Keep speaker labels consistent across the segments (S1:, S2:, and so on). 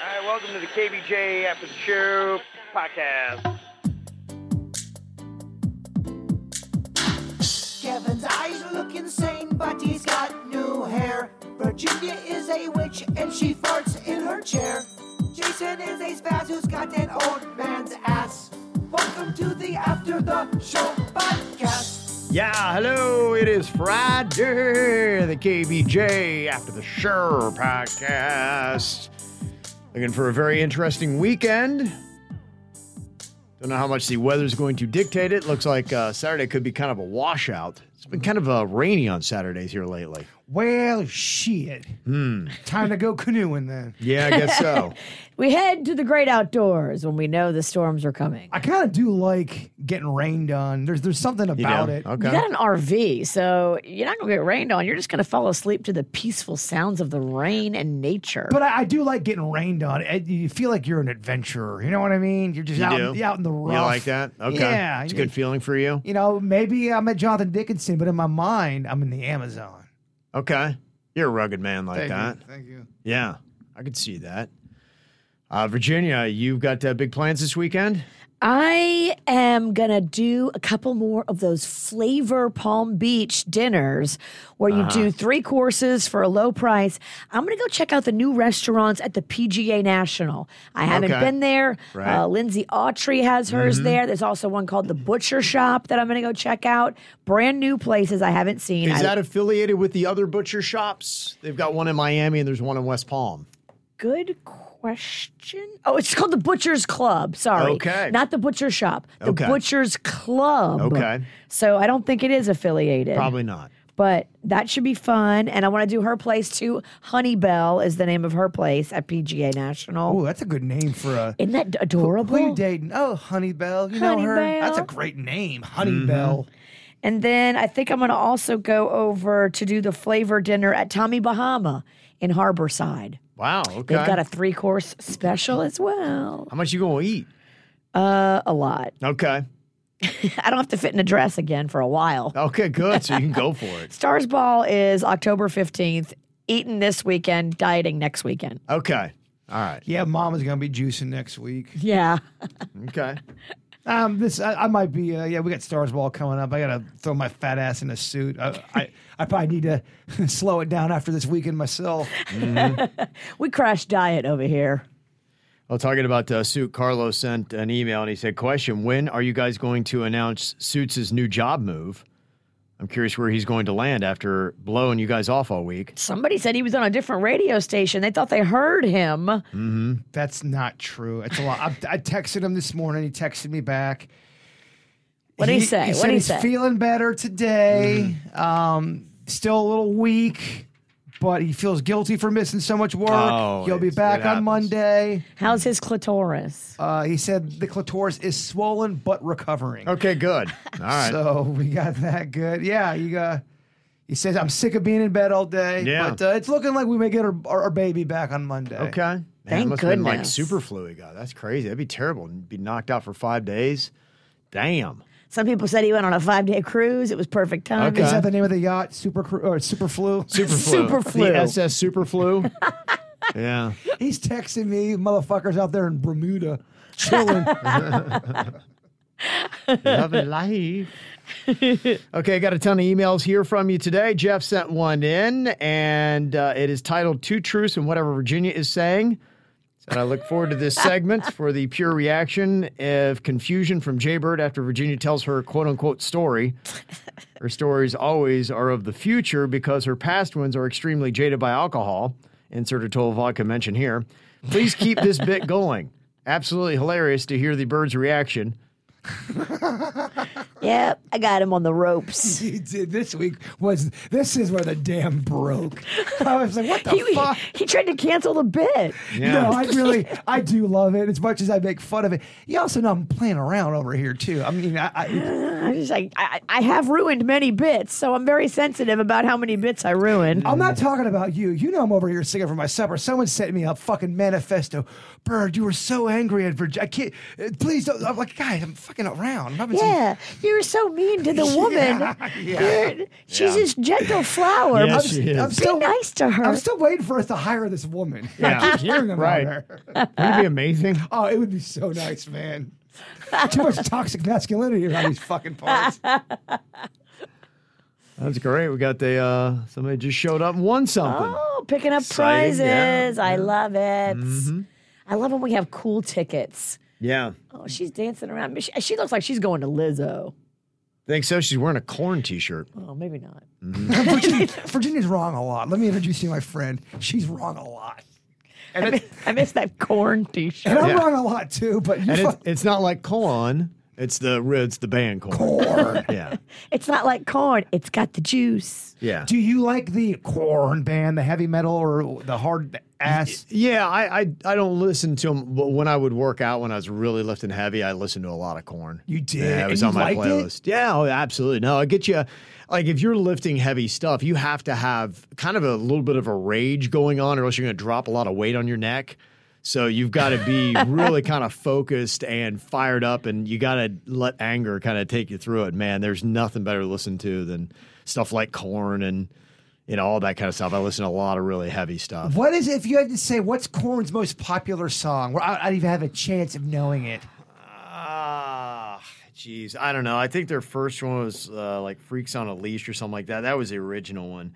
S1: All right, welcome to the KBJ After the Show podcast.
S2: Kevin's eyes look insane, but he's got new hair. Virginia is a witch and she farts in her chair. Jason is a spaz who's got an old man's ass. Welcome to the After the Show podcast.
S1: Yeah, hello, it is Friday, the KBJ After the Show podcast. Looking for a very interesting weekend. Don't know how much the weather's going to dictate it. Looks like uh, Saturday could be kind of a washout. It's been kind of uh, rainy on Saturdays here lately.
S3: Well, shit.
S1: Hmm.
S3: Time to go canoeing then.
S1: Yeah, I guess so.
S4: We head to the great outdoors when we know the storms are coming.
S3: I kind of do like getting rained on. There's there's something
S1: You
S3: about
S1: know?
S3: it.
S4: You
S1: Okay.
S4: got an RV, so you're not going to get rained on. You're just going to fall asleep to the peaceful sounds of the rain and nature.
S3: But I, I do like getting rained on. I, you feel like you're an adventurer. You know what I mean? You're just
S1: You
S3: out,
S1: do?
S3: yeah, out in the rough.
S1: You like that? Okay.
S3: Yeah.
S1: It's a good feeling for you.
S3: You know, maybe I'm at Jonathan Dickinson, but in my mind, I'm in the Amazon.
S1: Okay. You're a rugged man like that.
S3: Thank you.
S1: Yeah, I could see that. Uh, Virginia, you've got uh, big plans this weekend.
S4: I am going to do a couple more of those flavor Palm Beach dinners where
S1: Uh-huh.
S4: you do three courses for a low price. I'm going to go check out the new restaurants at the PGA National. I haven't
S1: Okay.
S4: been there.
S1: Right. Mm-hmm.
S4: Uh, Lindsay Autry has hers there. There's also one called the Butcher Shop that I'm going to go check out. Brand new places I haven't seen.
S1: Is
S4: I-
S1: that affiliated with the other butcher shops? They've got one in Miami and there's one in West Palm.
S4: Good question. Oh, it's called the Butcher's Club. Sorry.
S1: Okay.
S4: Not the Butcher Shop, the
S1: Okay.
S4: Butcher's Club.
S1: Okay.
S4: So I don't think it is affiliated.
S1: Probably not.
S4: But that should be fun. And I want to do her place too. Honeybell is the name of her place at PGA National.
S3: Oh, that's a good name for a.
S4: Isn't that
S3: Who are you
S4: adorable?
S3: dating? Oh, Honeybell. You know her?
S4: Honeybell.
S3: That's a great name, Honeybell.
S1: Mm-hmm.
S4: And then I think I'm going to also go over to do the flavor dinner at Tommy Bahama in Harborside.
S1: Wow. Okay.
S4: They've got a three course special as well.
S1: How much you gonna eat?
S4: Uh, a lot.
S1: Okay.
S4: I don't have to fit in a dress again for a while.
S1: Okay. Good. So you can go for it.
S4: Stars Ball is October 15th. Eating this weekend, dieting next weekend.
S1: Okay. All right.
S3: Yeah, Mama's gonna be juicing next week.
S4: Yeah.
S1: Okay.
S3: Um, this I, I might be. Uh, yeah, we got Stars Ball coming up. I gotta throw my fat ass in a suit. I I, I probably need to slow it down after this weekend myself.
S4: We crash diet over here.
S1: Well, talking about uh, Suit, Carlos sent an email and he said, "Question: When are you guys going to announce Suits' new job move? I'm curious where he's going to land after blowing you guys off all week."
S4: Somebody said he was on a different radio station. They thought they heard him.
S3: That's not true. It's a lot. I, I texted him this morning. He texted me back.
S4: What'd he say?
S3: He
S4: What'd
S3: said
S4: he
S3: he's
S4: say?
S3: feeling better today.
S1: Mm-hmm.
S3: Um, still a little weak, but he feels guilty for missing so much work.
S1: Oh,
S3: He'll be
S1: it's- it
S3: back
S1: happens.
S3: on Monday.
S4: How's his clitoris?
S3: Uh, he said the clitoris is swollen but recovering.
S1: Okay, good. All right.
S3: So we got that good. Yeah, you got. He says I'm sick of being in bed all day.
S1: Yeah.
S3: but uh, it's looking like we may get our, our, our baby back on Monday.
S1: okay. Man, that
S4: Thank
S1: must've Been like
S4: goodness.
S1: super flu he got. That's crazy. That'd be terrible. Be knocked out for five days. Damn.
S4: Some people said he went on a five day cruise. It was perfect timing.
S3: Is
S1: Okay.
S3: that the name of the yacht? Super Cru- or Super Flu.
S1: Super
S4: Super flu.
S1: The SS super flu. yeah.
S3: He's texting me, motherfuckers out there in Bermuda, chilling.
S1: Loving life. okay, I got a ton of emails here from you today. Jeff sent one in, and uh, it is titled Two Truths and Whatever Virginia is Saying. And I look forward to this segment for the pure reaction of confusion from Jay Bird after Virginia tells her quote unquote story. Her stories always are of the future because her past ones are extremely jaded by alcohol. Insert a total vodka mention here. Please keep this bit going. Absolutely hilarious to hear the bird's reaction.
S4: Yep, I got him on the ropes.
S3: he did this week was this is where the dam broke. I was like, what the
S4: he,
S3: fuck?
S4: he tried to cancel the bit.
S3: No, I really, I do love it as much as I make fun of it. You also know I'm playing around over here too. I mean, I, I
S4: I was like, I, I I have ruined many bits, so I'm very sensitive about how many bits I ruin.
S1: Mm.
S3: I'm not talking about you. You know I'm over here singing for my supper. Someone sent me a fucking manifesto. Bird, you were so angry at Virginia. I can't. uh, Please don't. I'm like, guys, I'm fuck, fucking around. I've been some-
S4: Yeah, you were so mean to the woman. You're- She's
S1: Yeah.
S4: this gentle flower.
S1: Yes,
S4: I'm-
S1: she
S4: be
S1: is.
S3: I'm still
S4: nice to her.
S3: I'm still waiting for us to hire this woman.
S1: Yeah.
S3: I keep hearing about
S1: Right.
S3: her.
S1: Wouldn't it be amazing?
S3: Oh, it would be so nice, man. Too much toxic masculinity around these fucking parts.
S1: That's great. We got the uh, somebody just showed up and won something.
S4: Oh, picking up
S1: Exciting, yeah,
S4: prizes. I love it. I love when we have cool tickets.
S1: Yeah,
S4: Oh, she's dancing around. She, she looks like she's going to Lizzo.
S1: think so. She's wearing a corn T-shirt.
S4: Oh, maybe not.
S3: Virginia's wrong a lot. Let me introduce you to my friend. She's wrong a lot.
S1: And, it,
S4: I miss that corn t shirt.
S3: And I'm
S1: Yeah.
S3: wrong a lot too, but you
S1: and it,
S3: fuck
S1: it's not like corn. It's the it's the band corn.
S3: corn.
S1: Yeah,
S4: It's not like corn, it's got the juice.
S1: yeah.
S3: Do you like the corn band, the heavy metal or the hard ass?
S1: Yeah, I, I I don't listen to them, but when I would work out, when I was really lifting heavy, I listened to a lot of corn.
S3: You did?
S1: Yeah, it was
S3: And
S1: on
S3: you
S1: my
S3: liked it?
S1: playlist. Yeah, oh, absolutely. No, I get you. Like if you're lifting heavy stuff, you have to have kind of a little bit of a rage going on, or else you're going to drop a lot of weight on your neck. So you've got to be really kind of focused and fired up, and you got to let anger kind of take you through it. Man, there's nothing better to listen to than stuff like corn and you know all that kind of stuff. I listen to a lot of really heavy stuff.
S3: What is if you had to say what's corn's most popular song? Where I, I'd even have a chance of knowing it.
S1: Ah, jeez, I don't know. I think their first one was uh, like "Freaks on a Leash" or something like that. That was the original one.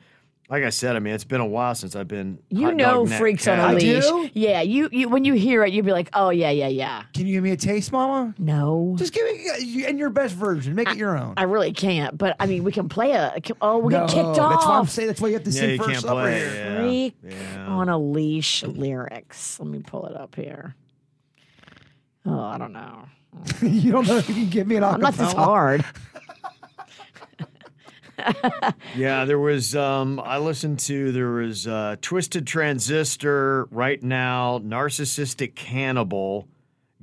S1: Like I said, I mean, it's been a while since I've been.
S4: You
S1: hot
S4: know,
S1: dog neck
S4: freaks on a
S1: cat.
S3: I
S4: leash.
S3: do?
S4: Yeah, you, you when you hear it, you'd be like, oh yeah, yeah, yeah.
S3: Can you give me a taste, Mama?
S4: No,
S3: Just give me you- and your best version. Make it your own.
S4: I really can't. But I mean, we can play a. Oh, we
S3: No,
S4: get kicked
S3: that's
S4: off.
S3: why I'm saying. That's why you have to
S1: Yeah,
S3: sing
S1: you
S3: 1st
S1: can't
S3: up right
S1: play.
S3: here.
S1: Yeah.
S4: Freak
S1: yeah.
S4: on a leash lyrics. Let me pull it up here. Oh, I don't know.
S3: you don't know if you can give me an
S4: I'm not this
S3: acapella.
S4: hard.
S1: Yeah, there was. Um, I listened to there was uh, "Twisted Transistor" right now, "Narcissistic Cannibal,"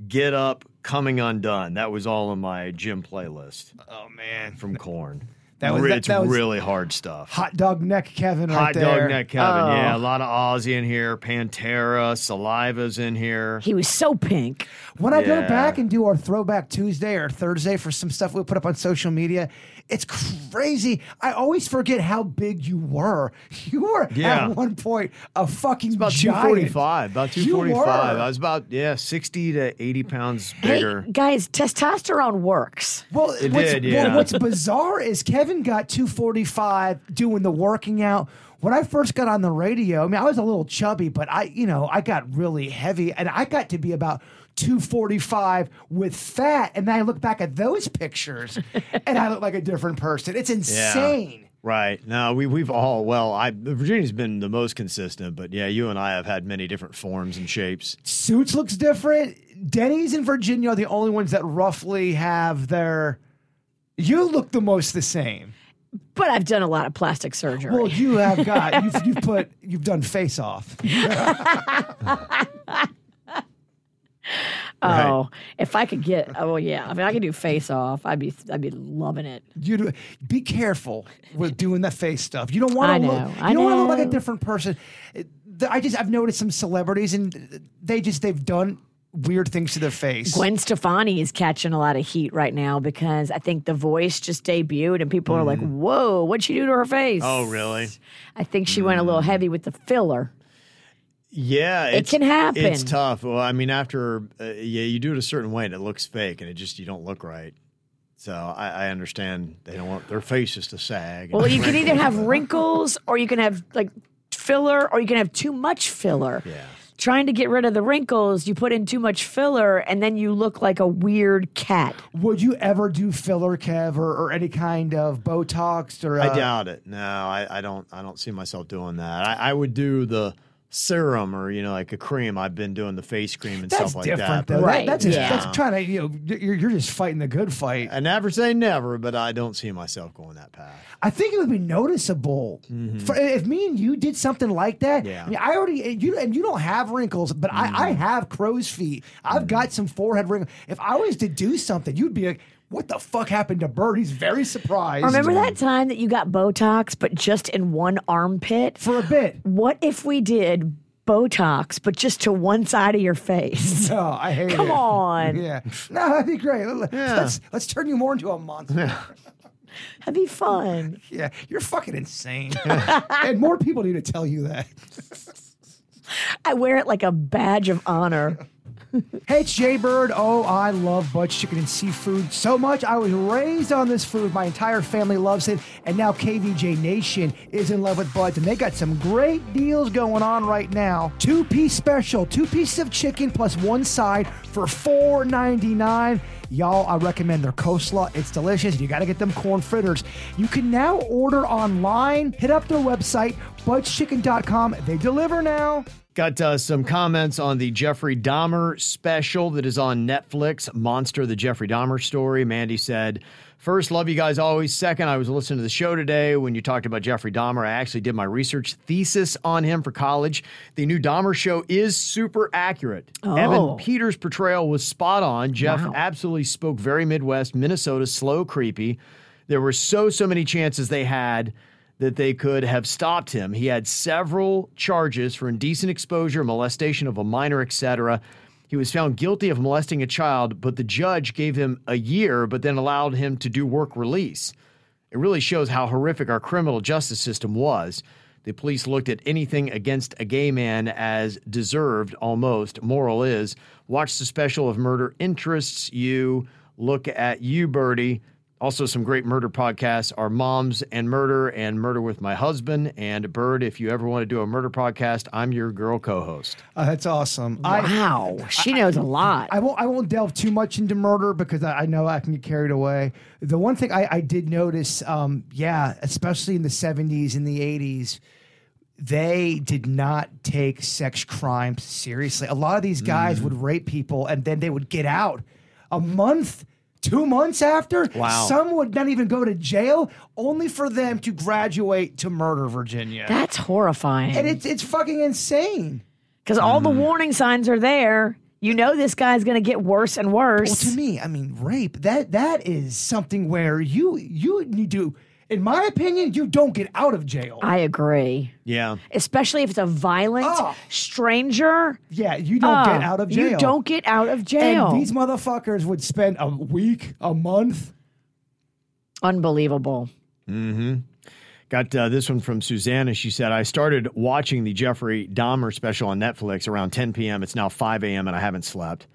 S1: "Get Up," "Coming Undone." That was all on my gym playlist
S3: Oh man,
S1: from Corn.
S3: That was- that-
S1: it's
S3: that was-
S1: really hard stuff.
S3: hot dog neck, Kevin.
S1: Hot
S3: right there.
S1: dog neck, Kevin. Yeah,
S4: Oh.
S1: a lot of Aussie in here. Pantera, Saliva's in here.
S4: He was so pink.
S3: When I go
S1: Yeah.
S3: back and do our Throwback Tuesday or Thursday for some stuff we put up on social media, it's crazy. I always forget how big you were. You were
S1: Yeah.
S3: at one point a fucking
S1: About two
S3: giant.
S1: forty-five. About two
S3: You were.
S1: forty-five. I was about yeah, sixty to eighty pounds bigger.
S4: Hey, guys, testosterone works.
S3: Well,
S1: It
S3: what's,
S1: did,
S3: well,
S1: yeah.
S3: what's bizarre is Kevin got 245 doing the working out. When I first got on the radio, I mean, I was a little chubby, but I, you know, I got really heavy and I got to be about 245 with fat. And then I look back at those pictures and I look like a different person. It's insane.
S1: Right. No, we we've all well. I Virginia's been the most consistent, but yeah, you and I have had many different forms and shapes.
S3: Suits looks different. Denny's in Virginia are the only ones that roughly have their. You look the most the same.
S4: But I've done a lot of plastic surgery.
S3: Well, you have got you've, you've put you've done face off.
S4: oh,
S1: right.
S4: if I could get oh yeah, I mean I could do face off. I'd be I'd be loving it.
S3: You do, be careful with doing that face stuff. You don't want
S4: I
S3: to look.
S4: know,
S3: You
S4: I
S3: don't want to look like a
S4: know.
S3: different person. It- the- I just I've noticed some celebrities and they just they've done weird things to their face.
S4: Gwen Stefani is catching a lot of heat right now because I think The Voice just debuted and people are like, "Whoa, what'd she do to her face?"
S1: Mm. Oh, really?
S4: I think she went a little heavy with the filler.
S1: Yeah, it's-
S4: can happen.
S1: It's tough. Well, I mean, after uh, yeah, you do it a certain way and it looks fake, and it just you don't look right. So I, I understand they don't want their faces to sag. and
S4: Well, you can
S1: wrinkles
S4: either have
S1: and-
S4: wrinkles or you can have like filler or you can have too much filler.
S1: Yeah.
S4: Trying to get rid of the wrinkles, you put in too much filler and then you look like a weird cat.
S3: Would you ever do filler, Kev, or, or any kind of Botox or?
S1: I
S3: uh,
S1: doubt it. No, I, I don't. I don't see myself doing that. I, I would do the serum or you know like a cream. I've been doing the face cream and
S3: That's
S1: stuff like
S3: different,
S1: that.
S3: though.
S1: but-
S4: Right,
S3: That, that's just,
S4: yeah.
S3: that's trying to you know you're, you're just fighting the good fight.
S1: I never say never, but I don't see myself going that path.
S3: I think it would be noticeable For- if me and you did something like that.
S1: Yeah.
S3: I, mean, I already and you and you don't have wrinkles, but I, I have crow's feet. I've got some forehead wrinkles. If I was to do something, you'd be like, "What the fuck happened to Bird?" He's very surprised.
S4: Remember that time that you got Botox but just in one armpit?
S3: for a bit.
S4: What if we did Botox, but just to one side of your face.
S3: No, Oh, I hate it.
S4: Come on.
S3: Yeah. No, that'd be great. Let- Let's let's turn you more into a monster. Yeah.
S4: That'd be fun.
S3: You're fucking insane. and more people need to tell you that.
S4: I wear it like a badge of honor.
S3: Hey, it's Jay Bird. Oh, I love Butch Chicken and Seafood so much. I was raised on this food. My entire family loves it. And now KVJ Nation is in love with Bud's. And they got some great deals going on right now. Two piece special, two pieces of chicken plus one side for $4.99. Y'all, I recommend their coleslaw. It's delicious. You got to get them corn fritters. You can now order online. Hit up their website, budschicken.com. They deliver now.
S1: Got uh, some comments on the Jeffrey Dahmer special that is on Netflix, Monster, the Jeffrey Dahmer story. Mandy said, First, love you guys always. Second, I was listening to the show today when you talked about Jeffrey Dahmer. I actually did my research thesis on him for college. The new Dahmer show is super accurate.
S4: Oh.
S1: Evan Peters' portrayal was spot on. Jeff
S4: Wow.
S1: absolutely spoke very Midwest, Minnesota, slow, creepy. There were so, so many chances they had that they could have stopped him. He had several charges for indecent exposure, molestation of a minor, etc. He was found guilty of molesting a child, but the judge gave him a year, but then allowed him to do work release. It really shows how horrific our criminal justice system was. The police looked at anything against a gay man as deserved almost. Moral is watch the special of Murder Interests You. Look at you, Birdie. Also, some great murder podcasts are Moms and Murder and Murder with My Husband and Bird. If you ever want to do a murder podcast, I'm your girl co host.
S3: Uh, that's awesome. I-
S4: Wow. She knows a lot.
S3: I won't. I won't delve too much into murder because I, I know I can get carried away. The one thing I, I did notice, um, yeah, especially in the seventies and the eighties, they did not take sex crimes seriously. A lot of these guys would rape people and then they would get out a month. Two months after,
S1: Wow.
S3: some would not even go to jail, only for them to graduate to murder Virginia.
S4: That's horrifying.
S3: And it's it's fucking insane.
S4: Because all
S3: Mm.
S4: the warning signs are there. You know this guy's going to get worse and
S3: Well, to
S4: worse.
S3: me, I mean, rape that that is something where you you need to, in my opinion, you don't get out of jail.
S4: I agree.
S1: Yeah.
S4: Especially if it's a violent
S3: Oh.
S4: stranger.
S3: yeah, you don't
S4: Oh,
S3: get out of jail.
S4: You don't get out of jail.
S3: And these motherfuckers would spend a week, a month.
S4: Unbelievable.
S1: Got uh, this one from Susanna. She said, I started watching the Jeffrey Dahmer special on Netflix around 10 p.m. It's now 5 a.m. and I haven't slept.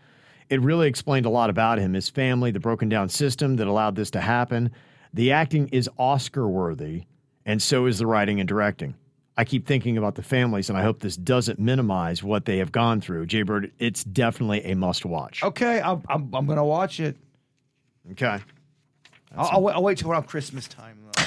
S1: It really explained a lot about him, his family, the broken down system that allowed this to happen. The acting is Oscar worthy, and so is the writing and directing. I keep thinking about the families, and I hope this doesn't minimize what they have gone through. Jay Bird, it's definitely a must watch.
S3: Okay, I'm I'm, I'm gonna watch it.
S1: Okay.
S3: I'll, I'll, wait, I'll wait till around Christmas time.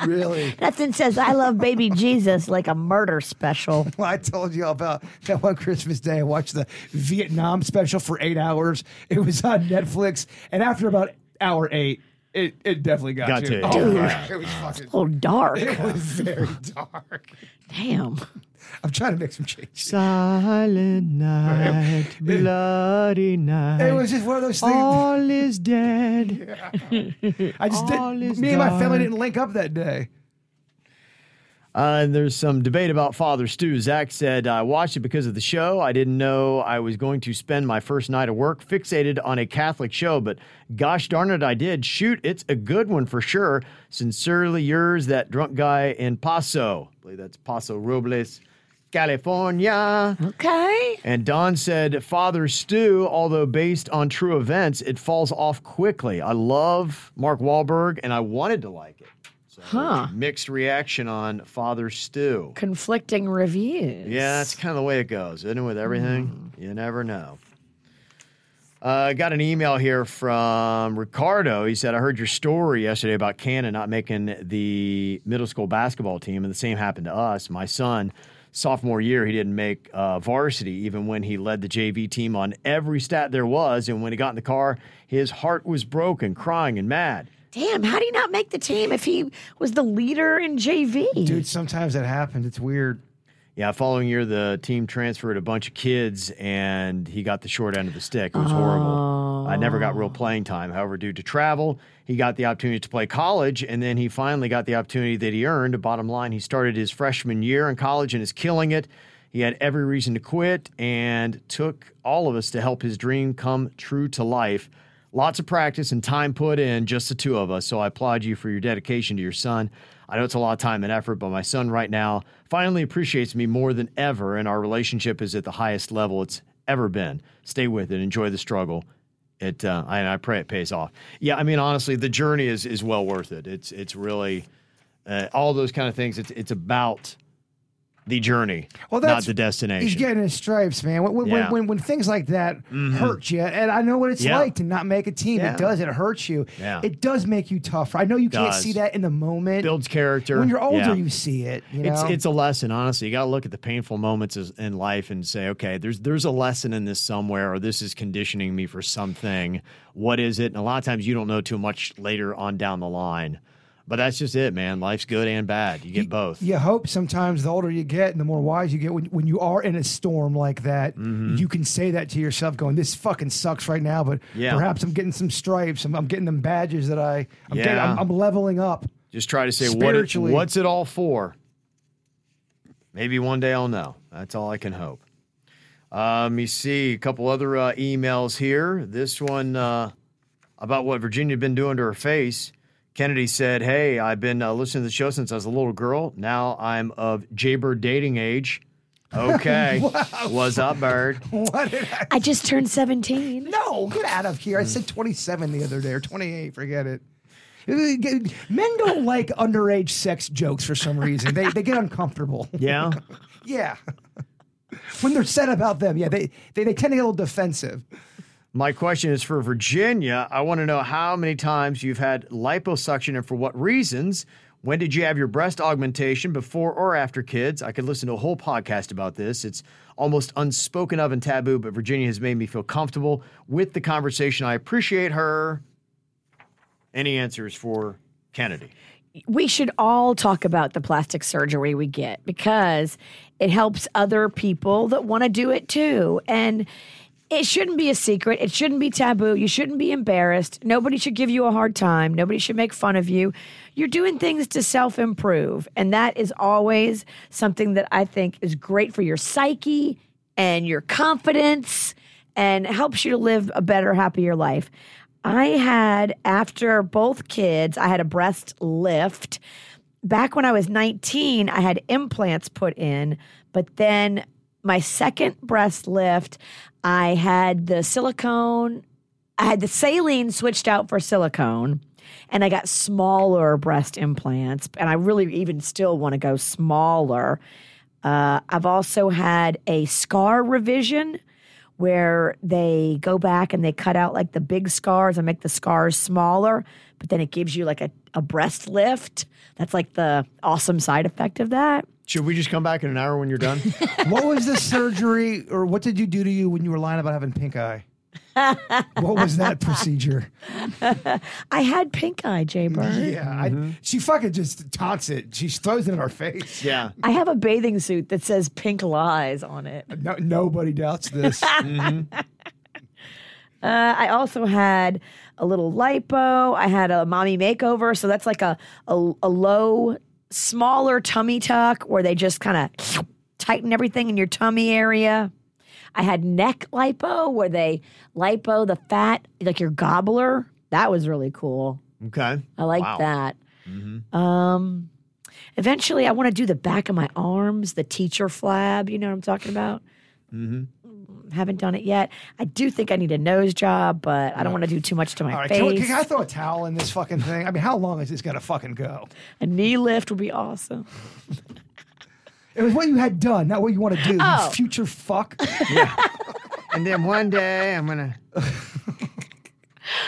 S3: Though. really?
S4: Nothing says I love baby Jesus like a murder special.
S3: Well, I told you about that one Christmas day. I watched the Vietnam special for eight hours. It was on Netflix, and after about hour eight, it, it definitely got,
S1: Got
S3: you. Oh,
S1: to you. Dude.
S3: yeah, it was fucking.
S4: Oh, dark.
S3: It was very dark.
S4: Damn.
S3: I'm trying to make some changes.
S1: Silent night, bloody night.
S3: It was just one of those things.
S1: All is dead.
S3: I just did,
S1: all
S3: me
S1: is
S3: and my family
S1: dark.
S3: didn't link up that day.
S1: Uh, and there's some debate about Father Stu. Zach said, I watched it because of the show. I didn't know I was going to spend my first night of work fixated on a Catholic show, but gosh darn it, I did. Shoot, it's a good one for sure. Sincerely yours, that drunk guy in Paso. I believe that's Paso Robles, California.
S4: Okay.
S1: And Don said, Father Stew, although based on true events, it falls off quickly. I love Mark Wahlberg and I wanted to like it. So
S4: Huh.
S1: mixed reaction on Father Stew.
S4: Conflicting reviews.
S1: Yeah, that's kind of the way it goes, isn't it, with everything? You never know. Uh, I got an email here from Ricardo. He said, I heard your story yesterday about Cannon not making the middle school basketball team, and the same happened to us. My son, sophomore year, he didn't make uh, varsity, even when he led the JV team on every stat there was. And when he got in the car, his heart was broken, crying and mad.
S4: Damn, how do you not make the team if he was the leader in JV?
S3: Dude, sometimes that happens. It's weird.
S1: Yeah, following year, the team transferred a bunch of kids and he got the short end of the stick. It was horrible. I never got real playing time. However, due to travel, he got the opportunity to play college and then he finally got the opportunity that he earned. Bottom line, he started his freshman year in college and is killing it. He had every reason to quit and took all of us to help his dream come true to life. Lots of practice and time put in, just the two of us. So I applaud you for your dedication to your son. I know it's a lot of time and effort, but my son right now finally appreciates me more than ever, and our relationship is at the highest level it's ever been. Stay with it, enjoy the struggle. It, uh, and I pray it pays off. Yeah, I mean, honestly, the journey is is well worth it. It's it's really uh, all those kind of things. It's it's about the journey,
S3: Well,
S1: not
S3: that's-
S1: the destination.
S3: He's getting his stripes, man. When, when,
S1: Yeah. Mm-hmm.
S3: when, when, when things like that hurt you, and I know what it's
S1: Yeah.
S3: like to not make a team.
S1: Yeah.
S3: It does. It hurts you.
S1: Yeah.
S3: It does make you tougher. I know you can't
S1: Does.
S3: see that in the moment.
S1: Builds character.
S3: when you're older,
S1: Yeah.
S3: you see it. You know?
S1: It's it's a lesson, honestly. You got to look at the painful moments as- in life and say, okay, there's there's a lesson in this somewhere, or this is conditioning me for something. What is it? And a lot of times you don't know too much later on down the line. But that's just it, man. Life's good and bad. You get both.
S3: you hope sometimes the older you get and the more wise you get when, when you are in a storm like that
S1: Mm-hmm.
S3: you can say that to yourself going this fucking sucks right now but
S1: Yeah.
S3: perhaps i'm getting some stripes i'm, I'm getting them badges that i i'm, getting,
S1: Yeah.
S3: I'm, I'm leveling up
S1: Just try to say what it,
S3: Spiritually.
S1: what's it all for. Maybe one day I'll know. That's all I can hope. Um, let me see a couple other uh, emails here. This one uh, about what Virginia had been doing to her face. Kennedy said, "Hey, I've been uh, listening to the show since I was a little girl. Now I'm of Jaybird dating age. Okay, was up, bird?
S3: what did I,
S4: I just turned 17.
S3: no get out of here i said 27 the other day or 28 forget it men don't like underage sex jokes for some reason they, they get uncomfortable
S1: Yeah,
S3: yeah when they're said about them yeah they, they, they tend to get a little defensive
S1: My question is for Virginia. I want to know how many times you've had liposuction and for what reasons. When did you have your breast augmentation before or after kids? I could listen to a whole podcast about this. It's almost unspoken of and taboo, but Virginia has made me feel comfortable with the conversation. I appreciate her. Any answers for Kennedy?
S4: we should all talk about the plastic surgery we get because it helps other people that want to do it too. And it shouldn't be a secret. It shouldn't be taboo. You shouldn't be embarrassed. Nobody should give you a hard time. Nobody should make fun of you. You're doing things to self improve. And that is always something that I think is great for your psyche and your confidence and helps you to live a better, happier life. I had, after both kids, I had a breast lift. Back when I was 19, I had implants put in, but then my second breast lift, I had the silicone, I had the saline switched out for silicone. And I got smaller breast implants, and I really even still want to go smaller. Uh, I've also had a scar revision where they go back and they cut out like the big scars and make the scars smaller, but then it gives you like a, a breast lift. That's like the awesome side effect of that.
S1: Should we just come back in an hour when you're done?
S3: what was the surgery or what did you do to you when you were lying about having pink eye? what was that procedure?
S4: I had pink eye, Jay Bird.
S3: Yeah,
S4: Mm-hmm.
S3: I, she fucking just taunts it. She throws it in our face.
S1: yeah.
S4: I have a bathing suit that says pink lies on it.
S3: No, nobody doubts this.
S4: Uh, I also had a little lipo. I had a mommy makeover. So that's like a, a, a low, smaller tummy tuck where they just kind of tighten everything in your tummy area. I had neck lipo where they lipo the fat, like your gobbler. That was really cool.
S1: Okay.
S4: I like
S1: Wow.
S4: that.
S3: Mm-hmm.
S4: Um, eventually, I want to do the back of my arms, the teacher flab. You know what I'm talking about? Mm-hmm. Haven't done it yet. I do think I need a nose job, but I don't want to do too much to my
S3: All right, can, we-
S4: face.
S3: can I throw a towel in this fucking thing? I mean, how long is this gonna fucking go?
S4: a knee lift would be awesome.
S3: It was what you had done, not what you want to do.
S4: Oh.
S3: You future fuck.
S1: And then one day I'm gonna.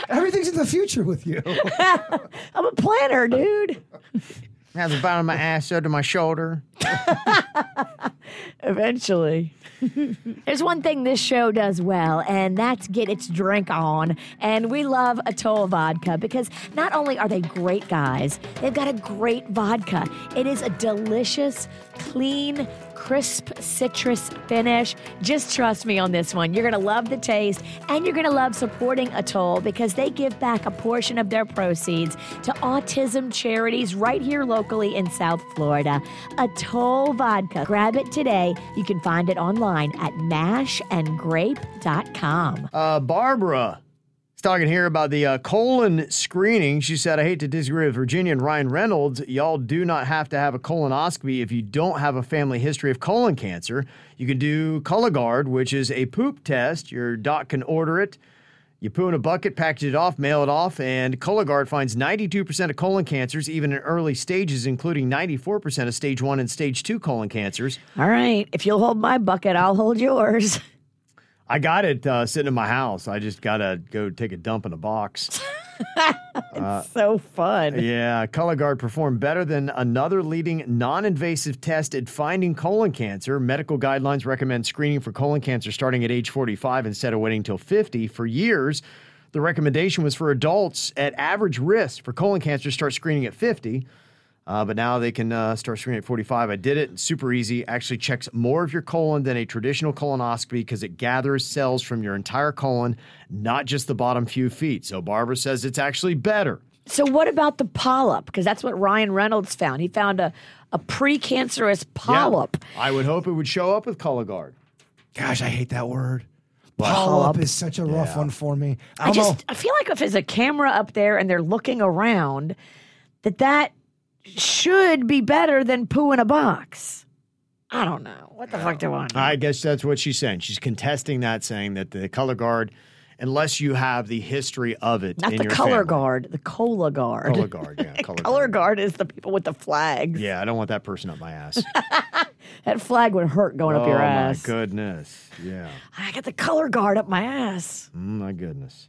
S3: Everything's in the future with you.
S4: I'm a
S3: Uh,
S4: planner, dude.
S1: Have the bottom of my ass over to my shoulder.
S4: Eventually. There's one thing this show does well, and that's get its drink on. And we love Atoll Vodka because not only are they great guys, they've got a great vodka. It is a delicious, clean, crisp citrus finish. Just trust me on this one. You're going to love the taste, and you're going to love supporting Atoll because they give back a portion of their proceeds to autism charities right here locally in South Florida. Atoll Vodka. Grab it today. You can find it online at mashandgrape.com.
S1: Uh, Barbara is talking here about the uh, colon screening. She said, I hate to disagree with Virginia and Ryan Reynolds. Y'all do not have to have a colonoscopy if you don't have a family history of colon cancer. You can do Cologuard, which is a poop test. Your doc can order it. You poo in a bucket, package it off, mail it off, and Cologuard finds 92% of colon cancers, even in early stages, including 94% of stage one and stage two colon cancers.
S4: All right. If you'll hold my bucket, I'll hold yours.
S1: I got it uh, sitting in my house. I just gotta go take a dump in a box.
S4: so fun.
S1: yeah, ColorGuard performed better than another leading non-invasive test at finding colon cancer. Medical guidelines recommend screening for colon cancer starting at age 45 instead of waiting till 50. For years, the recommendation was for adults at average risk for colon cancer to start screening at 50. Uh, but now they can uh, start screening at 45. I did it. It's super easy. Actually checks more of your colon than a traditional colonoscopy because it gathers cells from your entire colon, not just the bottom few feet. So Barbara says it's actually better.
S4: So, what about the polyp? Because that's what Ryan Reynolds found. He found a, a precancerous
S1: Yeah.
S4: polyp.
S1: I would hope it would show up with Cologuard.
S3: Gosh, I hate that word. Polyp is such a rough one for me.
S4: I
S3: I'm
S4: just I feel like if there's a camera up there and they're looking around, that that should be better than poo in a box. I don't know. What the fuck do I know?
S1: I guess that's what she's saying. She's contesting that, saying that the Cologuard, unless you have the history of it,
S4: Not
S1: in
S4: the
S1: your
S4: color
S1: family.
S4: guard, the cola guard.
S1: Cologuard, yeah, Cologuard.
S4: Color guard is the people with the flags.
S1: Yeah, I don't want that person up my ass.
S4: That flag would hurt going up
S1: oh
S4: your
S1: my
S4: ass.
S1: goodness! Yeah. Mm,
S4: I got the color guard up my ass.
S1: My goodness.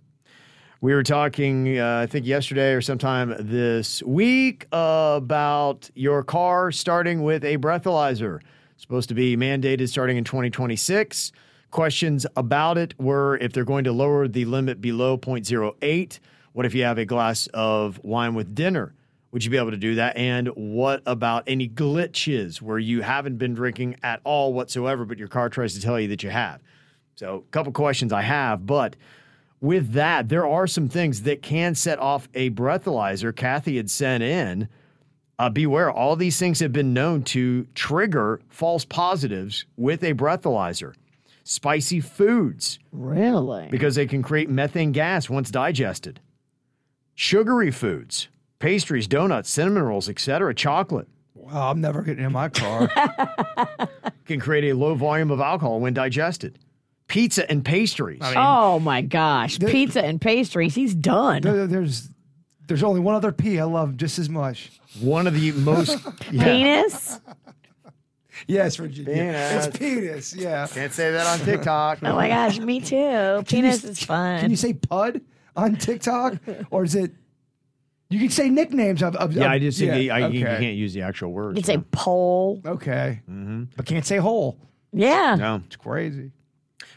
S1: We were talking, uh, I think yesterday or sometime this week, about your car starting with a breathalyzer. Supposed to be mandated starting in 2026. Questions about it were if they're going to lower the limit below 0.08. What if you have a glass of wine with dinner? Would you be able to do that? And what about any glitches where you haven't been drinking at all whatsoever, but your car tries to tell you that you have? So, a couple questions I have, but with that, there are some things that can set off a breathalyzer. Kathy had sent in. Uh, beware, all these things have been known to trigger false positives with a breathalyzer. Spicy foods,
S4: Really?
S1: because they can create methane gas once digested. Sugary foods, pastries, donuts, cinnamon rolls, etc., chocolate
S3: Wow, oh, I'm never getting in my car.
S1: can create a low volume of alcohol when digested. Pizza and pastries.
S4: Oh my gosh. Pizza and pastries. He's done.
S3: There- there's there's only one other P I love just as much.
S1: One of the most Yeah.
S4: Penis?
S3: Yes, Virginia.
S1: Penis.
S3: It's penis. Yeah.
S1: Can't say that on TikTok.
S4: Oh my gosh, me too. Penis is fun.
S3: Can you say pud on TikTok or is it? You can say nicknames of. of
S1: Yeah,
S3: of-
S1: I just think
S3: Um, yeah,
S1: I, you
S3: okay.
S1: can't Mm-hmm. use the actual words.
S4: You could say pole.
S3: Okay. But can't say whole.
S4: Yeah.
S1: no.
S3: It's crazy.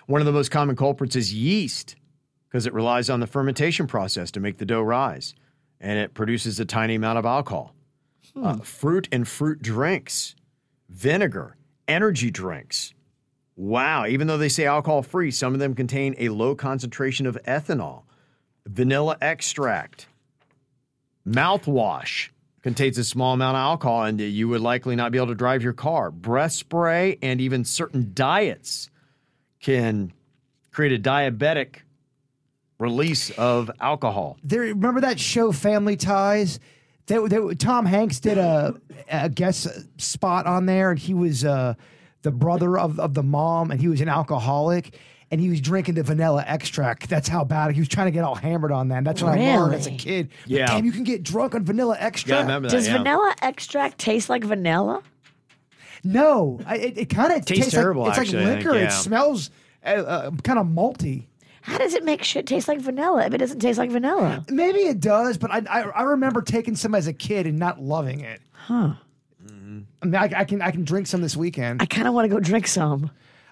S1: One of the most common culprits is yeast because it relies on the fermentation process to make the dough rise and it produces a tiny amount of alcohol. Uh, fruit and fruit drinks, vinegar, energy drinks. Wow. Even though they say alcohol free, some of them contain a low concentration of ethanol. Vanilla extract, mouthwash contains a small amount of alcohol, and you would likely not be able to drive your car. Breath spray and even certain diets can create a diabetic release of alcohol.
S3: there remember that show Family Ties? They, they, Tom Hanks did a, a guest spot on there, and he was uh, the brother of, of the mom, and he was an alcoholic, and he was drinking the vanilla extract. That's how bad he was trying to get all hammered on that. And that's what I learned as a
S4: Really?
S3: kid. But
S1: Yeah.
S3: damn, you can get drunk on vanilla extract.
S4: Does vanilla extract taste like vanilla?
S3: No, I, it, it kind of tastes,
S1: terrible,
S3: Like, it's
S1: actually, I
S3: like
S1: think,
S3: liquor.
S1: yeah.
S3: It smells uh, uh, kind of malty.
S4: How does it make shit taste like vanilla if it doesn't taste like vanilla?
S3: Maybe it does, but I, I I remember taking some as a kid and not loving it. Huh. I mean, I, I can I can drink some this weekend.
S4: I kind of want to go drink some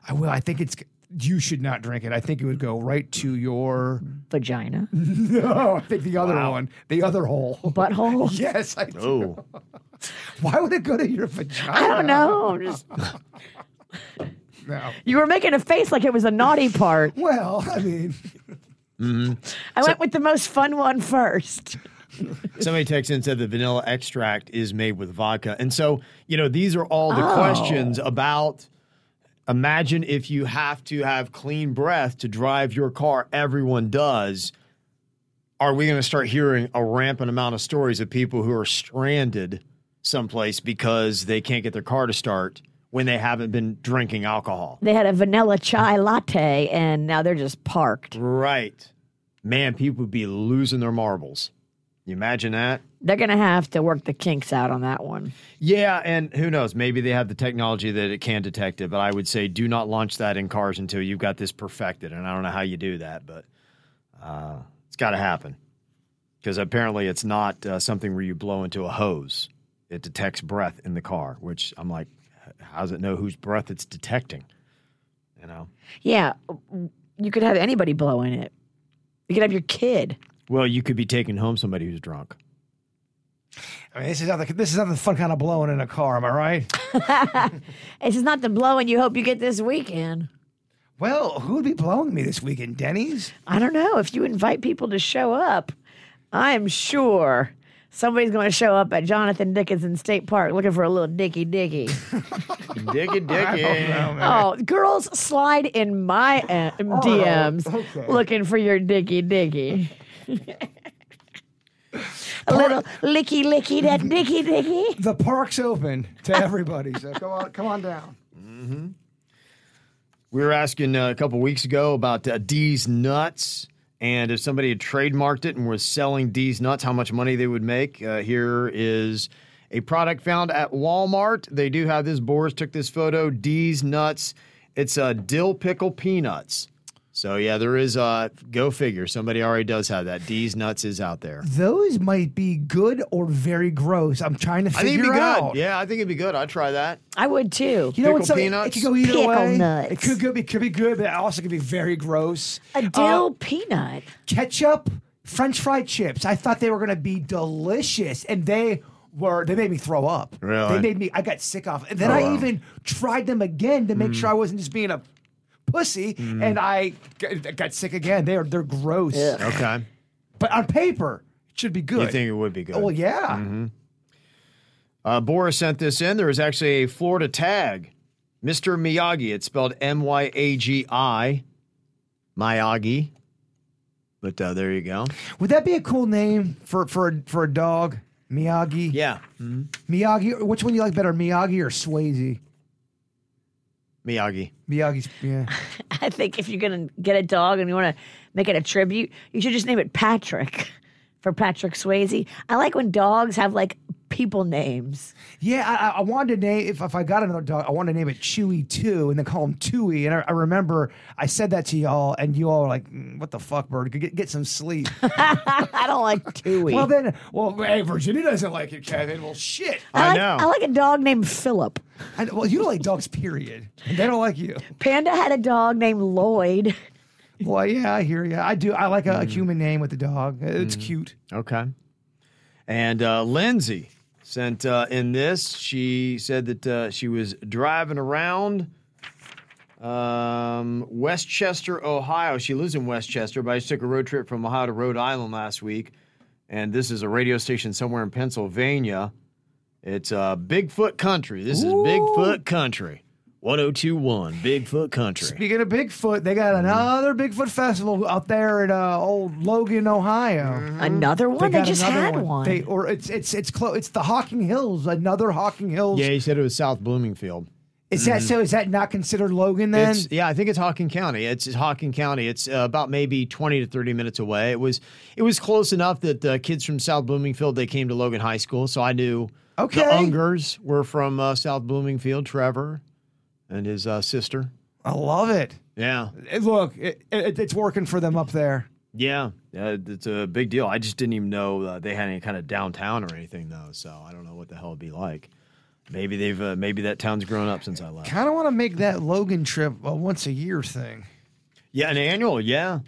S3: I will. I think it's. You should not drink it. I think it would go right to your.
S4: vagina,
S3: No, I think the other one, the other hole.
S4: butthole.
S3: yes, I.
S1: Oh,
S3: Why would it go to your vagina?
S4: I don't know. I'm just
S3: No.
S4: you were making a face like it was a naughty part.
S3: Well, I mean,
S4: I went with the most fun one first.
S1: Somebody texted and said the vanilla extract is made with vodka. And so, you know, these are all the
S4: Oh.
S1: questions about imagine if you have to have clean breath to drive your car, everyone does. Are we going to start hearing a rampant amount of stories of people who are stranded someplace because they can't get their car to start when they haven't been drinking alcohol?
S4: They had a vanilla chai latte and now they're just parked.
S1: Right. Man, people would be losing their marbles. You imagine that?
S4: They're going to have to work the kinks out on that one.
S1: Yeah, and who knows? Maybe they have the technology that it can detect it, but I would say do not launch that in cars until you've got this perfected. And I don't know how you do that, but uh, it's got to happen because apparently it's not uh, something where you blow into a hose. It detects breath in the car, which I'm like, h- how does it know whose breath it's detecting? You know.
S4: Yeah, you could have anybody blow in it. You could have your kid.
S1: Well, you could be taking home somebody who's drunk.
S3: I mean, this is not the this is not the fun kind of blowing in a car. Am I right?
S4: This is not the blowing you hope you get this weekend.
S3: Well, who would be blowing me this weekend? Denny's.
S4: I don't know. If you invite people to show up, I'm sure somebody's going to show up at Jonathan Dickinson State Park looking for a little dicky dicky.
S1: Diggy, diggy.
S4: oh, girls slide in my uh, DMs looking for your dicky dicky. a little licky licky that dicky dicky.
S3: The park's open to everybody, so come on, come on down.
S1: We were asking uh, a couple weeks ago about uh, D's Nuts and if somebody had trademarked it and was selling D's Nuts, how much money they would make. Uh, here is a product found at Walmart. They do have this. Boris took this photo. D's Nuts. It's uh, dill pickle peanuts. So yeah, there is. Uh, go figure. Somebody already does have that. D's Nuts is out there.
S3: Those might be good or very gross. I'm trying to
S1: I
S3: figure
S1: think it'd be
S3: out.
S1: good. Yeah, I think it'd be good. I'd try that.
S4: I would too.
S3: You know
S1: Pickled
S3: what's
S1: peanuts?
S3: It could go either
S4: Pickle
S3: way.
S4: nuts.
S3: It could, go be could be good, but it also could be very gross. Uh,
S4: A dill peanut.
S3: ketchup, French fried chips. I thought they were going to be delicious, and they were. They made me throw up.
S1: Really?
S3: They made me. I got sick off. it. And then
S1: Oh,
S3: I
S1: wow. Mm.
S3: even tried them again to make sure I wasn't just being a pussy, and I g- got sick again. They are they're gross.
S1: Okay.
S3: But on paper, it should be good.
S1: You think it would be good? Mm.
S3: Well, yeah.
S1: Uh, Boris sent this in. There is actually a Florida tag, Mr. Miyagi. It's spelled M Y A G I, Miyagi. But uh, there you go.
S3: Would that be a cool name for for a- for a dog? Miyagi.
S1: Yeah,
S3: Miyagi. Which one do you like better, Miyagi or Swayze?
S1: Miyagi.
S3: Miyagi's. Yeah.
S4: I think if you're gonna get a dog and you want to make it a tribute, you should just name it Patrick for Patrick Swayze. I like when dogs have like people names.
S3: Yeah, I, I- I wanted to name if, if I got another dog, I wanted to name it Chewy Two, and then call him Chewy. And I, I remember I said that to y'all, and you all were like, "Mm, "What the fuck, bird? Get get some sleep."
S4: I don't like Dewey.
S3: well, then, well, hey, Virginia doesn't like it, Kevin. Well, shit.
S4: I, like,
S1: know.
S4: I like a dog named Philip.
S3: I, well, you don't like dogs, period. And they don't like you.
S4: Panda had a dog named Lloyd.
S3: Well, yeah, I hear you. I do. I like a, a human name with a dog. It's cute.
S1: Okay. And uh, Lindsay sent uh, in this. She said that uh, she was driving around um, Westchester, Ohio. She lives in Westchester, but I just took a road trip from Ohio to Rhode Island last week. And this is a radio station somewhere in Pennsylvania. It's uh, Bigfoot Country. This is Bigfoot Country. 1021 Bigfoot Country.
S3: Speaking of Bigfoot, they got another Bigfoot festival out there at uh, old Logan, Ohio.
S4: Another one. They,
S3: got
S4: just
S3: another
S4: had one.
S3: They or it's it's it's close. It's the Hawking Hills. Another Hawking Hills.
S1: Yeah, he said it was South Bloomingfield.
S3: Is that so? Is that not considered Logan then?
S1: It's, yeah, I think it's Hawking County. It's it's Hawking County. It's uh, about maybe twenty to thirty minutes away. It was it was close enough that the kids from South Bloomingfield they came to Logan High School, so I knew
S3: Okay.
S1: the Ungers were from uh, South Bloomingfield. Trevor and his uh, sister.
S3: I love it.
S1: Yeah,
S3: It- Eh, look, it, it, it's working for them up there.
S1: yeah, uh, it's a big deal. I just didn't even know uh, they had any kind of downtown or anything though, so I don't know what the hell it'd be like. Maybe they've uh, maybe that town's grown up since I left.
S3: Kind of want to make that Logan trip a once a year thing.
S1: Yeah, an annual. Yeah,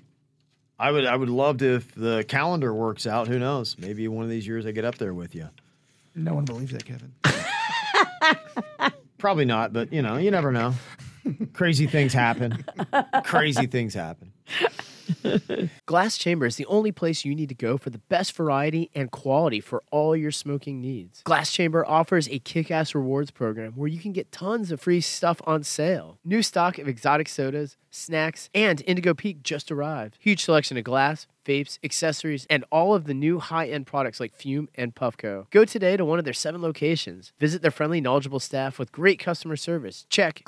S1: I would. I would love to if the calendar works out. Who knows? Maybe one of these years I get up there with you.
S3: No one believes that, Kevin.
S1: Probably not, but you know, you never know. Crazy things happen. Crazy things happen.
S5: Glass Chamber is the only place you need to go for the best variety and quality for all your smoking needs. Glass Chamber offers a kick ass rewards program where you can get tons of free stuff on sale. New stock of exotic sodas, snacks, and Indigo Peak just arrived. Huge selection of glass, vapes, accessories, and all of the new high end products like Fume and Puffco. Go today to one of their seven locations. Visit their friendly, knowledgeable staff with great customer service. Check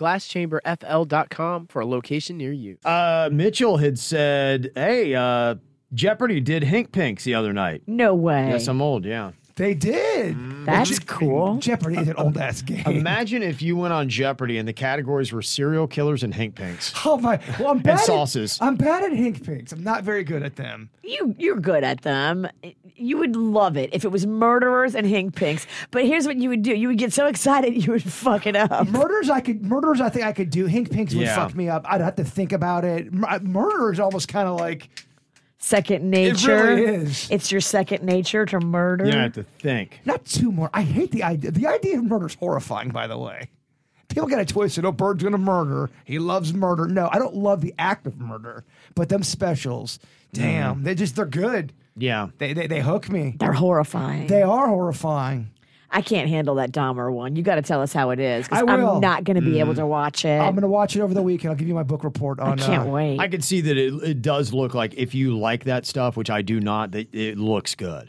S5: glasschamberfl.com for a location near you.
S1: Uh, Mitchell had said, "Hey, uh, Jeopardy did Hink Pinks the other night."
S4: No way.
S1: Yes, I'm old. Yeah.
S3: They did.
S4: That's cool.
S3: Jeopardy is an old ass game.
S1: Imagine if you went on Jeopardy and the categories were serial killers and Hink Pinks.
S3: Oh my! Well, I'm bad.
S1: sauces.
S3: At, I'm bad at Hink Pinks. I'm not very good at them.
S4: You you're good at them. You would love it if it was murderers and hink pinks. But here's what you would do: you would get so excited you would fuck it up.
S3: Murders, I could. Murders, I think I could do. Hink Pinks would
S1: Yeah.
S3: fuck me up. I'd have to think about it. Mur- Murder is almost kind of like
S4: Second nature.
S3: really is.
S4: It's your second nature to murder.
S1: You don't have to think.
S3: not too more. I hate the idea. The idea of murder is horrifying. By the way, people get it twisted. Oh, Bird's gonna murder. He loves murder. No, I don't love the act of murder, but them specials. Damn, they just they're good.
S1: Yeah.
S3: They they, they hook me.
S4: They're horrifying.
S3: They are horrifying.
S4: I can't handle that Dahmer one. You got to tell us how it is. 'cause
S3: I will. Mm.
S4: I'm not going to be able to watch it.
S3: I'm gonna watch it over the weekend. I'll give you my book report
S4: I
S3: on.
S4: can't
S3: uh,
S4: wait.
S1: I can see that it, it does look like if you like that stuff, which I do not, that it looks good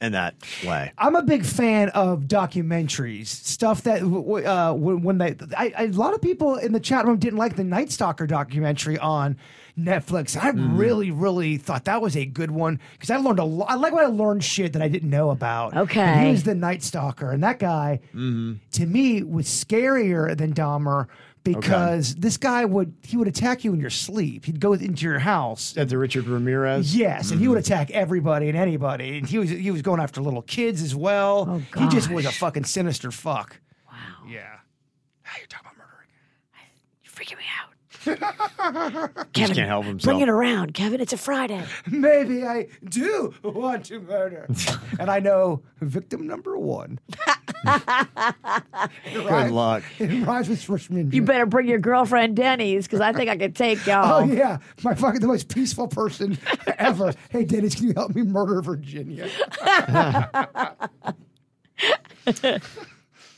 S1: in that way.
S3: I'm a big fan of documentaries, stuff that w- w- uh, when, when they, I, I- a lot of people in the chat room didn't like the Night Stalker documentary on Netflix. I really, really thought that was a good one because I learned a lot. I like when I learned shit that I didn't know about.
S4: Okay.
S3: And he was the Night Stalker, and that guy to me was scarier than Dahmer because this guy would he would attack you in your sleep. He'd go into your house.
S1: At the Richard Ramirez.
S3: Yes, and he would
S4: Mm-hmm.
S3: attack everybody and anybody, and he was he was going after little kids as well.
S4: Oh,
S3: he just was a
S4: gosh.
S3: fucking sinister fuck.
S4: wow,
S3: Yeah. Now you're talking about murder again.
S4: you're freaking me out. Kevin,
S1: can't help himself.
S4: bring it around, Kevin. It's a Friday.
S3: Maybe I do want to murder, and I know victim number one.
S1: Good luck.
S3: It rhymes with Richmond.
S4: You better bring your girlfriend Denny's because I think I could take y'all.
S3: Oh yeah, my fucking the most peaceful person ever. Hey Dennis, can you help me murder Virginia?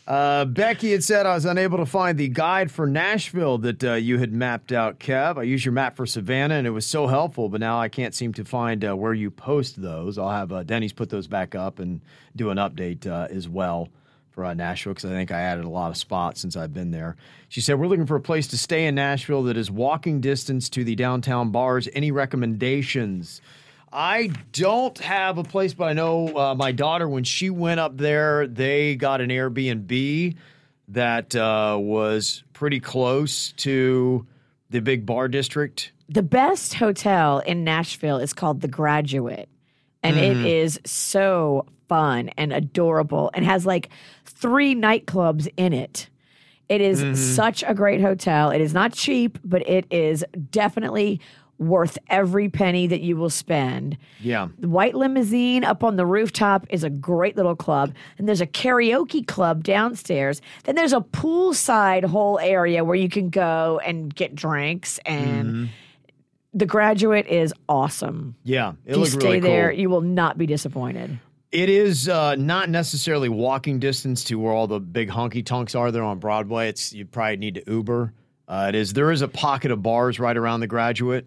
S1: Uh, Becky had said, I was unable to find the guide for Nashville that uh, you had mapped out, Kev. I used your map for Savannah and it was so helpful, but now I can't seem to find uh, where you post those. I'll have uh, Denny's put those back up and do an update uh, as well for uh, Nashville because I think I added a lot of spots since I've been there. She said, We're looking for a place to stay in Nashville that is walking distance to the downtown bars. Any recommendations? I don't have a place, but I know uh, my daughter, when she went up there, they got an Airbnb that uh, was pretty close to the big bar district.
S4: the best hotel in Nashville is called The Graduate, and it is so fun and adorable and has like three nightclubs in it. It is such a great hotel. It is not cheap, but it is definitely worth every penny that you will spend.
S1: Yeah.
S4: The White Limousine up on the rooftop is a great little club. And there's a karaoke club downstairs. Then there's a poolside whole area where you can go and get drinks. And
S1: Mm-hmm.
S4: the graduate is awesome.
S1: Yeah. It
S4: If you
S1: looked
S4: stay
S1: really
S4: there,
S1: cool.
S4: you will not be disappointed.
S1: It is uh, not necessarily walking distance to where all the big honky tonks are there on Broadway. It's you probably need to Uber. Uh, it is. There is a pocket of bars right around the graduate.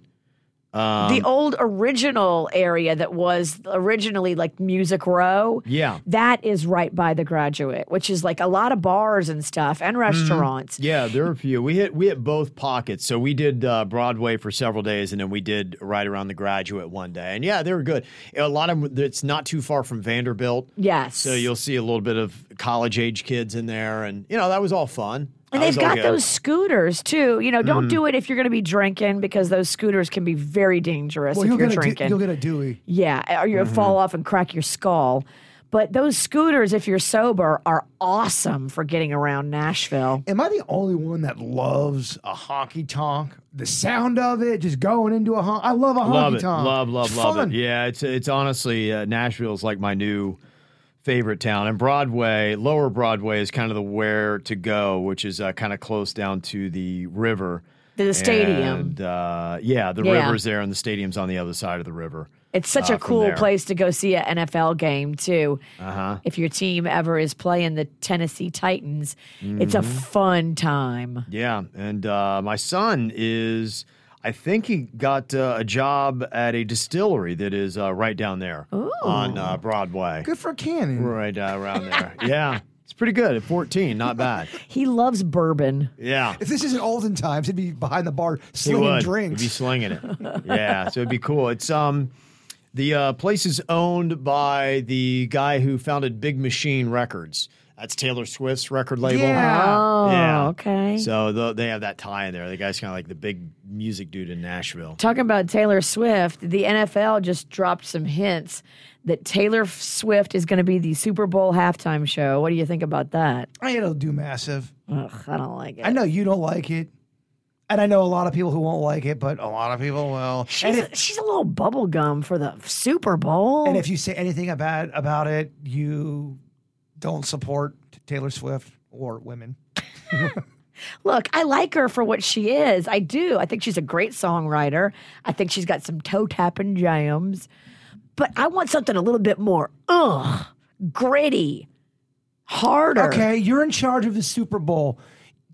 S1: Um,
S4: the old original area that was originally like Music Row.
S1: Yeah.
S4: That is right by the graduate, which is like a lot of bars and stuff and
S1: Mm-hmm.
S4: restaurants.
S1: Yeah, there are a few. We hit we hit both pockets. So we did uh, Broadway for several days, and then we did right around the Graduate one day. And yeah, they were good. A lot of them. It's not too far from Vanderbilt,
S4: Yes.
S1: so you'll see a little bit of college age kids in there, and you know that was all fun.
S4: And
S1: That
S4: they've
S1: was Mm-hmm. all
S4: got
S1: good.
S4: those scooters too. You know, don't do it if you're going to be drinking because those scooters can be very dangerous
S3: Well,
S4: if
S3: you'll
S4: you're
S3: get, a, du-
S4: drinking.
S3: you'll get a Dewey.
S4: yeah, or you'll
S1: Mm-hmm.
S4: fall off and crack your skull. But those scooters, if you're sober, are awesome for getting around Nashville.
S3: Am I the only one that loves a honky tonk? The sound of it, just going into a honk. I love a
S1: Love
S3: honky
S1: it,
S3: tonk.
S1: love, love,
S3: It's
S1: love
S3: fun.
S1: it. Yeah, it's it's honestly uh, Nashville's like my new favorite town, and Broadway, Lower Broadway, is kind of the where to go, which is uh, kind of close down to the river.
S4: The, the stadium.
S1: And, uh, yeah, the
S4: Yeah.
S1: river's there, and the stadium's on the other side of the river.
S4: It's such
S1: uh,
S4: a
S1: from
S4: cool
S1: there.
S4: place to go see an NFL game too.
S1: Uh-huh.
S4: If your team ever is playing the Tennessee Titans, it's a
S1: Mm-hmm.
S4: fun time.
S1: Yeah, and uh, my son is. I think he got uh, a job at a distillery that is uh, right down there on uh, Broadway,
S3: Good for Cannon.
S1: right uh, around there. yeah, it's pretty good at 14, not bad.
S4: He loves bourbon.
S1: Yeah,
S3: If this is in olden times, he'd be behind the bar
S1: he
S3: slinging
S1: would. He'd be
S3: drinks.
S1: slinging it. yeah, so it'd be cool. It's um, the uh, place is owned by the guy who founded Big Machine Records. That's Taylor Swift's record label.
S3: Yeah.
S4: Oh,
S1: Yeah.
S4: okay.
S1: So the, they have that tie in there. The guy's kind of like the big music dude in Nashville.
S4: Talking about Taylor Swift, the NFL just dropped some hints that Taylor Swift is going to be the Super Bowl halftime show. What do you think about that?
S3: I it'll do massive.
S4: Ugh, I don't like it.
S3: I know you don't like it. And I know a lot of people who won't like it, but a lot of people will.
S4: She's, she's a little bubblegum for the Super Bowl.
S3: And if you say anything about about it, you don't support Taylor Swift or women.
S4: Look, I like her for what she is. I do. I think she's a great songwriter. I think she's got some toe tapping jams. But I want something a little bit more, ugh, gritty, harder.
S3: Okay, you're in charge of the Super Bowl.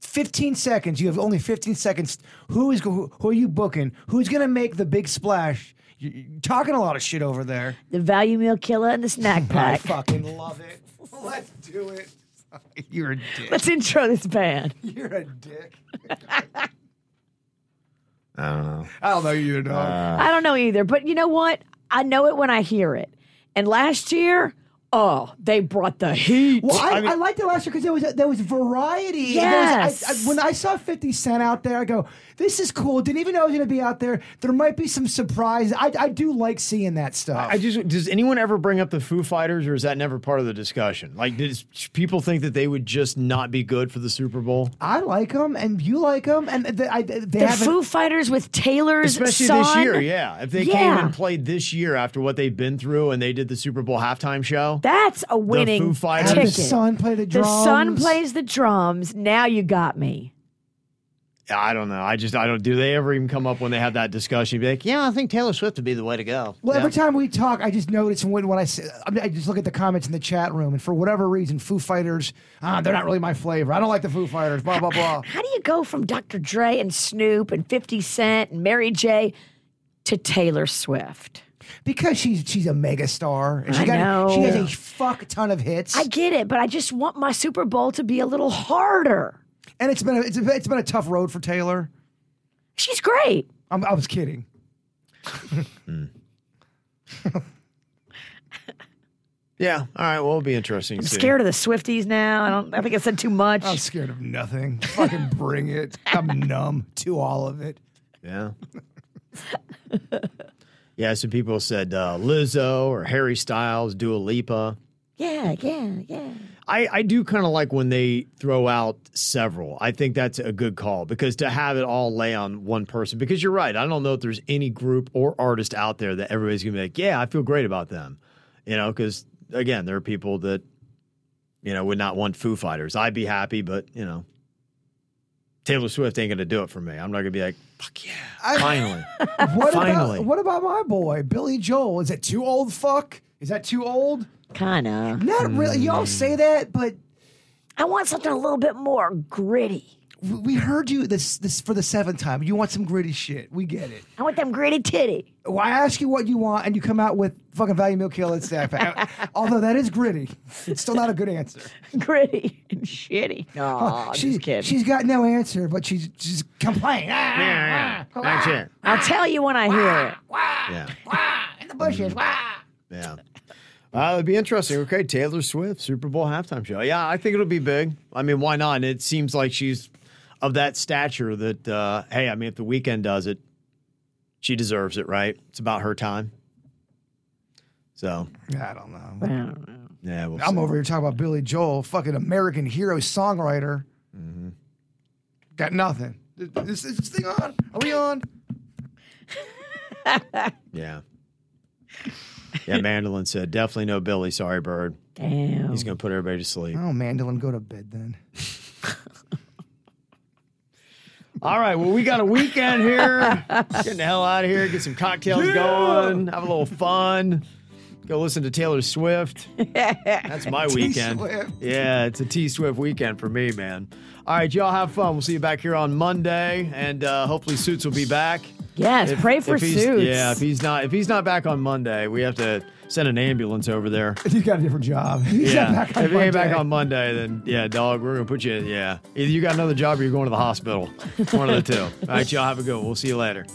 S3: 15 seconds. You have only 15 seconds. Who is go- who are you booking? Who's going to make the big splash? You- You're talking a lot of shit over there.
S4: The value meal killer and the snack
S3: I
S4: pack.
S3: fucking love it. Let's do it. You're a dick.
S4: Let's intro this band.
S3: You're a dick.
S1: I don't know.
S3: I don't know you, dog.
S4: I don't know either, but you know what? I know it when I hear it. And last year, oh, they brought the heat.
S3: Well, I, I, liked it last year because there was there was variety.
S4: Yes.
S3: There was- I- I- when I saw Fifty Cent out there, I go, "This is cool." Didn't even know I was going to be out there. There might be some surprise. I, I do like seeing that stuff.
S1: I just does anyone ever bring up the Foo Fighters, or is that never part of the discussion? Like, did people think that they would just not be good for the Super Bowl,
S3: I like them, and you like them, and the, I, they
S4: the
S3: haven't.
S4: Foo Fighters with Taylor's
S1: especially
S4: son.
S1: this year? Yeah, if they came
S4: Yeah.
S1: and played this year after what they've been through, and they did the Super Bowl halftime show,
S4: That's a winning
S1: Foo Fighters.
S3: Have the
S4: ticket.
S3: son play the
S4: The
S3: drums.
S4: son plays the drums. Now you got me.
S1: I don't know. I just I don't. Do they ever even come up when they have that discussion? Be like, yeah, I think Taylor Swift would be the way to go.
S3: Well,
S1: Yeah.
S3: every time we talk, I just notice when, when I, say, I, mean, I just look at the comments in the chat room, and for whatever reason, Foo Fighters, ah, they're not really my flavor. I don't like the Foo Fighters. Blah blah blah.
S4: How do you go from Dr. Dre and Snoop and 50 Cent and Mary J to Taylor Swift?
S3: because she's she's a megastar. And she
S4: I
S3: got she has
S4: know.
S3: a fuck ton of hits.
S4: I get it, but I just want my Super Bowl to be a little harder.
S3: and it's been a, it's, a, it's been a tough road for Taylor.
S4: She's great.
S3: I'm, I was kidding.
S1: yeah. All right. Well, it'll be interesting.
S4: I'm
S1: to see.
S4: scared of the Swifties now. I don't I think I said too much.
S1: Oh,
S3: I'm scared of nothing. Fucking bring it. I'm numb to all of it.
S1: Yeah. yeah. Some people said uh, Lizzo or Harry Styles, Dua Lipa.
S4: Yeah, yeah, yeah.
S1: I, I do kind of like when they throw out several. I think that's a good call because to have it all lay on one person, because you're right. I don't know if there's any group or artist out there that everybody's going to be like, yeah, I feel great about them. You know, because again, there are people that, you know, would not want Foo Fighters. I'd be happy, but, you know, Taylor Swift ain't going to do it for me. I'm not going to be like, fuck yeah, finally.
S3: What
S1: Finally.
S3: about what about my boy Billy Joel? Is that too old? Fuck. Is that too old?
S4: Kinda.
S3: Not really. Y'all say that, but
S4: I want something a little bit more gritty.
S3: w- we heard you this this for the seventh time. You want some gritty shit. We get it.
S4: I want them gritty titty.
S3: Well, I ask you what you want, and you come out with fucking value meal kill and snack pack. Although that is gritty, it's still not a good answer.
S4: Gritty and shitty. No, I'm
S3: She-
S4: just kidding.
S3: She's got no answer, but she's she's complaining. Ah,
S1: yeah, yeah. That's it.
S4: I'll tell you when I hear it.
S1: Yeah.
S3: in the bushes. Wah.
S1: Yeah. Uh, it'd be interesting. Okay, Taylor Swift, Super Bowl halftime show. Yeah, I think it'll be big. I mean, why not? And it seems like she's of that stature that, uh, hey, I mean, if the weekend does it, she deserves it, right? It's about her time. So,
S3: I don't know.
S4: Oh,
S1: yeah, we'll
S3: I'm
S1: see.
S3: over here talking about Billy Joel, fucking American hero songwriter.
S1: Mm-hmm.
S3: Got nothing. Is, is this thing on? Are we on?
S1: Yeah. Yeah, Mandolin said, definitely no Billy. Sorry, Bird.
S4: Damn.
S1: He's going to put everybody Oh, to sleep.
S3: Oh, Mandolin, go to bed then.
S1: All right. Well, we got a weekend here. Getting the hell out of here. Get some cocktails going. Have a little fun. Go listen to Taylor Swift. That's my weekend.
S3: Swift.
S1: Yeah, it's a T Swift weekend for me, man. All right, y'all have fun. We'll see you back here on Monday, and uh, hopefully Suits will be back.
S4: Yes,
S1: If-
S4: pray for
S1: if he's-
S4: Suits.
S1: Yeah, if he's not if he's not back on Monday, we have to send an ambulance over there.
S3: You got a different job. You got
S1: yeah,
S3: back on
S1: if he ain't back
S3: Monday.
S1: on Monday, then yeah, dog, we're gonna put you. Yeah, either you got another job or you're going to the hospital. One of the two. All right, y'all have a good. one. We'll see you later.